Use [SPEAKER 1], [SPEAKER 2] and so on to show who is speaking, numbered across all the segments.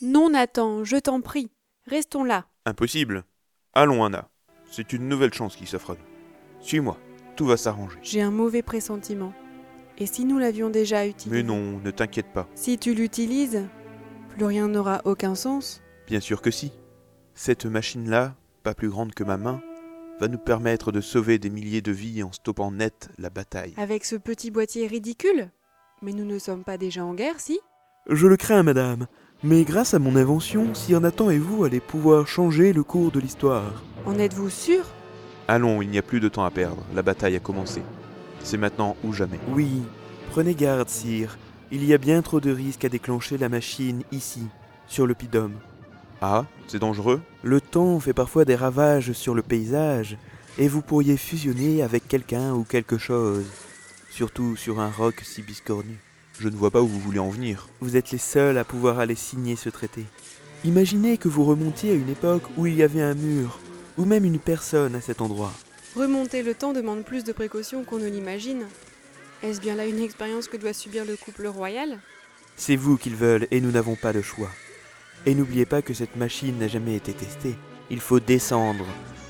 [SPEAKER 1] Non, Nathan, je t'en prie, restons là.
[SPEAKER 2] Impossible. Allons, Anna. C'est une nouvelle chance qui s'offre à nous. Suis-moi, tout va s'arranger.
[SPEAKER 1] J'ai un mauvais pressentiment. Et si nous l'avions déjà utilisé
[SPEAKER 2] Mais non, ne t'inquiète pas.
[SPEAKER 1] Si tu l'utilises, plus rien n'aura aucun sens.
[SPEAKER 2] Bien sûr que si. Cette machine-là, pas plus grande que ma main, va nous permettre de sauver des milliers de vies en stoppant net la bataille.
[SPEAKER 1] Avec ce petit boîtier ridicule Mais nous ne sommes pas déjà en guerre, si
[SPEAKER 3] Je le crains, madame, mais grâce à mon invention, Sir Nathan et vous allez pouvoir changer le cours de l'histoire.
[SPEAKER 1] En êtes-vous sûr
[SPEAKER 2] Allons, il n'y a plus de temps à perdre. La bataille a commencé. C'est maintenant ou jamais.
[SPEAKER 3] Oui, prenez garde, Sire. Il y a bien trop de risques à déclencher la machine ici, sur le Pidum.
[SPEAKER 2] Ah, c'est dangereux
[SPEAKER 3] Le temps fait parfois des ravages sur le paysage, et vous pourriez fusionner avec quelqu'un ou quelque chose, surtout sur un roc si biscornu.
[SPEAKER 2] Je ne vois pas où vous voulez en venir.
[SPEAKER 3] Vous êtes les seuls à pouvoir aller signer ce traité. Imaginez que vous remontiez à une époque où il y avait un mur, ou même une personne à cet endroit.
[SPEAKER 1] Remonter le temps demande plus de précautions qu'on ne l'imagine. Est-ce bien là une expérience que doit subir le couple royal
[SPEAKER 3] C'est vous qu'ils veulent et nous n'avons pas le choix. Et n'oubliez pas que cette machine n'a jamais été testée. Il faut descendre.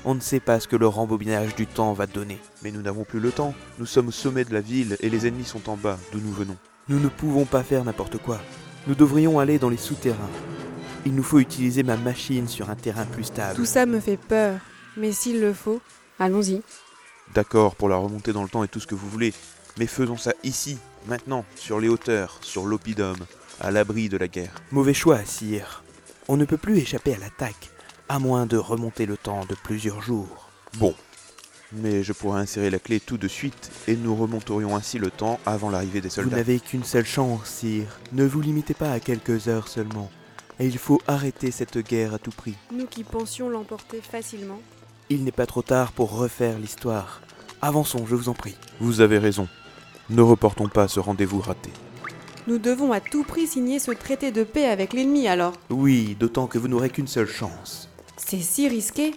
[SPEAKER 3] On ne sait pas ce que le rembobinage du temps va donner.
[SPEAKER 2] Mais nous n'avons plus le temps. Nous sommes au sommet de la ville et les ennemis sont en bas, d'où nous venons.
[SPEAKER 3] Nous ne pouvons pas faire n'importe quoi. Nous devrions aller dans les souterrains. Il nous faut utiliser ma machine sur un terrain plus stable.
[SPEAKER 1] Tout ça me fait peur. Mais s'il le faut, allons-y.
[SPEAKER 2] D'accord pour la remontée dans le temps et tout ce que vous voulez, mais faisons ça ici, maintenant, sur les hauteurs, sur l'opidum, à l'abri de la guerre.
[SPEAKER 3] Mauvais choix, sire. On ne peut plus échapper à l'attaque, à moins de remonter le temps de plusieurs jours.
[SPEAKER 2] Bon. Mais je pourrais insérer la clé tout de suite et nous remonterions ainsi le temps avant l'arrivée des
[SPEAKER 3] Vous
[SPEAKER 2] soldats.
[SPEAKER 3] n'avez qu'une seule chance, sire. Ne vous limitez pas à quelques heures seulement. Et il faut arrêter cette guerre à tout prix.
[SPEAKER 1] Nous qui pensions l'emporter facilement.
[SPEAKER 3] Il n'est pas trop tard pour refaire l'histoire. Avançons, je vous en prie.
[SPEAKER 2] Vous avez raison. Ne reportons pas ce rendez-vous raté.
[SPEAKER 1] Nous devons à tout prix signer ce traité de paix avec l'ennemi alors.
[SPEAKER 3] Oui, d'autant que vous n'aurez qu'une seule chance.
[SPEAKER 1] C'est si risqué.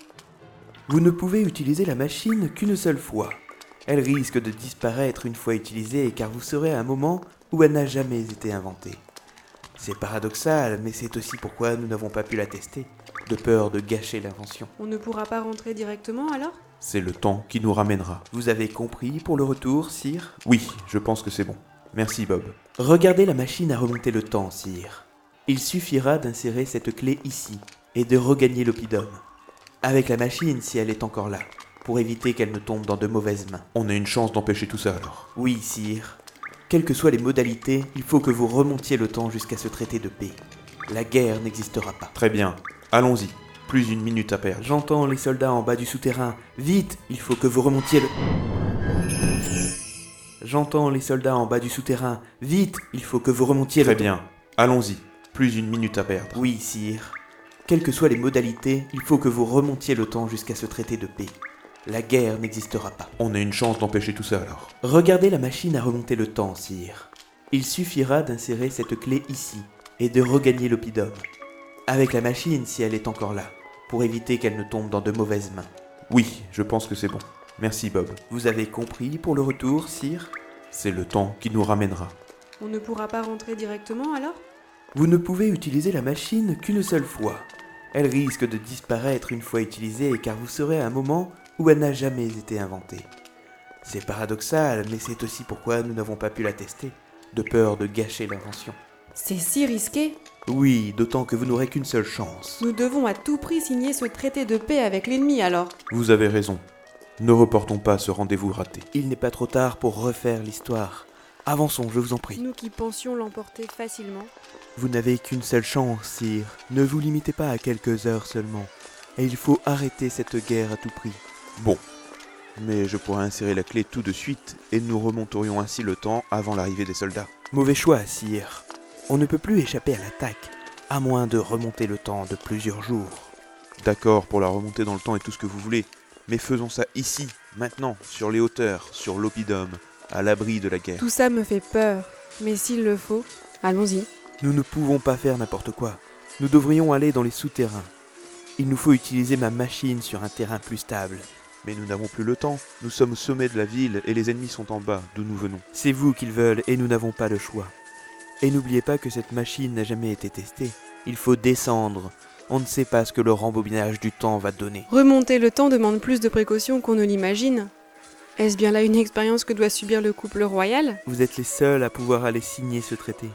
[SPEAKER 3] Vous ne pouvez utiliser la machine qu'une seule fois. Elle risque de disparaître une fois utilisée car vous serez à un moment où elle n'a jamais été inventée. C'est paradoxal, mais c'est aussi pourquoi nous n'avons pas pu la tester, de peur de gâcher l'invention.
[SPEAKER 1] On ne pourra pas rentrer directement alors
[SPEAKER 2] C'est le temps qui nous ramènera.
[SPEAKER 3] Vous avez compris pour le retour, sire
[SPEAKER 2] Oui, je pense que c'est bon. Merci Bob.
[SPEAKER 3] Regardez la machine à remonter le temps, sire. Il suffira d'insérer cette clé ici et de regagner l'opidum. Avec la machine, si elle est encore là, pour éviter qu'elle ne tombe dans de mauvaises mains.
[SPEAKER 2] On a une chance d'empêcher tout ça alors.
[SPEAKER 3] Oui, sire. Quelles que soient les modalités, il faut que vous remontiez le temps jusqu'à ce traité de paix. La guerre n'existera pas.
[SPEAKER 2] Très bien. Allons-y. Plus d'une minute à perdre.
[SPEAKER 3] J'entends les soldats en bas du souterrain. Vite, il faut que vous remontiez le... J'entends les soldats en bas du souterrain. Vite, il faut que vous remontiez
[SPEAKER 2] Très
[SPEAKER 3] le...
[SPEAKER 2] bien. Allons-y. Plus d'une minute à perdre.
[SPEAKER 3] Oui, sire. Quelles que soient les modalités, il faut que vous remontiez le temps jusqu'à ce traité de paix. La guerre n'existera pas.
[SPEAKER 2] On a une chance d'empêcher tout ça alors.
[SPEAKER 3] Regardez la machine à remonter le temps, sire. Il suffira d'insérer cette clé ici et de regagner l'opidum. Avec la machine si elle est encore là, pour éviter qu'elle ne tombe dans de mauvaises mains.
[SPEAKER 2] Oui, je pense que c'est bon. Merci Bob.
[SPEAKER 3] Vous avez compris pour le retour, sire
[SPEAKER 2] C'est le temps qui nous ramènera.
[SPEAKER 1] On ne pourra pas rentrer directement alors
[SPEAKER 3] Vous ne pouvez utiliser la machine qu'une seule fois. Elle risque de disparaître une fois utilisée car vous serez à un moment où elle n'a jamais été inventée. C'est paradoxal, mais c'est aussi pourquoi nous n'avons pas pu la tester, de peur de gâcher l'invention.
[SPEAKER 1] C'est si risqué.
[SPEAKER 3] Oui, d'autant que vous n'aurez qu'une seule chance.
[SPEAKER 1] Nous devons à tout prix signer ce traité de paix avec l'ennemi alors.
[SPEAKER 2] Vous avez raison. Ne reportons pas ce rendez-vous raté.
[SPEAKER 3] Il n'est pas trop tard pour refaire l'histoire. Avançons, je vous en prie.
[SPEAKER 1] Nous qui pensions l'emporter facilement.
[SPEAKER 3] Vous n'avez qu'une seule chance, sire. Ne vous limitez pas à quelques heures seulement. Et il faut arrêter cette guerre à tout prix.
[SPEAKER 2] Bon. Mais je pourrais insérer la clé tout de suite et nous remonterions ainsi le temps avant l'arrivée des soldats.
[SPEAKER 3] Mauvais choix, sire. On ne peut plus échapper à l'attaque, à moins de remonter le temps de plusieurs jours.
[SPEAKER 2] D'accord pour la remontée dans le temps et tout ce que vous voulez, mais faisons ça ici, maintenant, sur les hauteurs, sur l'opidum, à l'abri de la guerre.
[SPEAKER 1] Tout ça me fait peur. Mais s'il le faut, allons-y.
[SPEAKER 3] Nous ne pouvons pas faire n'importe quoi. Nous devrions aller dans les souterrains. Il nous faut utiliser ma machine sur un terrain plus stable.
[SPEAKER 2] Mais nous n'avons plus le temps, nous sommes au sommet de la ville et les ennemis sont en bas, d'où nous venons.
[SPEAKER 3] C'est vous qu'ils veulent et nous n'avons pas le choix. Et n'oubliez pas que cette machine n'a jamais été testée, Il faut descendre. On ne sait pas ce que le rembobinage du temps va donner.
[SPEAKER 1] Remonter le temps demande plus de précautions qu'on ne l'imagine. Est-ce bien là une expérience que doit subir le couple royal
[SPEAKER 3] Vous êtes les seuls à pouvoir aller signer ce traité.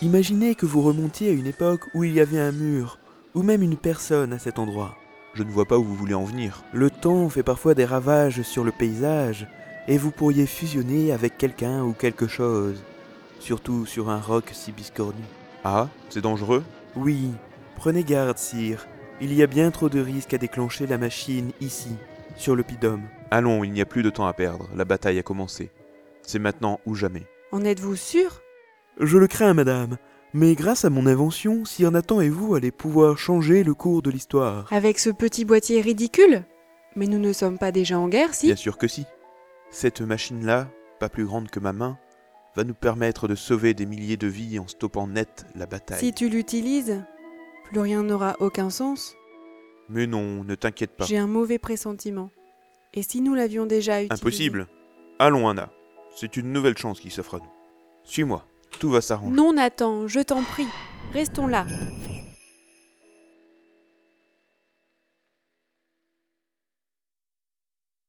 [SPEAKER 3] Imaginez que vous remontiez à une époque où il y avait un mur, ou même une personne à cet endroit.
[SPEAKER 2] Je ne vois pas où vous voulez en venir.
[SPEAKER 3] Le temps fait parfois des ravages sur le paysage, et vous pourriez fusionner avec quelqu'un ou quelque chose, surtout sur un roc si biscornu.
[SPEAKER 2] Ah, c'est dangereux
[SPEAKER 3] Oui, prenez garde, sire. Il y a bien trop de risques à déclencher la machine ici, sur le pidome.
[SPEAKER 2] Allons, il n'y a plus de temps à perdre. La bataille a commencé. C'est maintenant ou jamais.
[SPEAKER 1] En êtes-vous sûr
[SPEAKER 3] Je le crains, madame, mais grâce à mon invention, sire Nathan et vous allez pouvoir changer le cours de l'histoire.
[SPEAKER 1] Avec ce petit boîtier ridicule Mais nous ne sommes pas déjà en guerre, si
[SPEAKER 2] Bien sûr que si. Cette machine-là, pas plus grande que ma main, va nous permettre de sauver des milliers de vies en stoppant net la bataille.
[SPEAKER 1] Si tu l'utilises, plus rien n'aura aucun sens.
[SPEAKER 2] Mais non, ne t'inquiète pas.
[SPEAKER 1] J'ai un mauvais pressentiment. Et si nous l'avions déjà utilisé
[SPEAKER 2] Impossible. Allons, Anna. C'est une nouvelle chance qui s'offre à nous. Suis-moi. Tout va s'arranger.
[SPEAKER 1] Non, Nathan, je t'en prie. Restons là.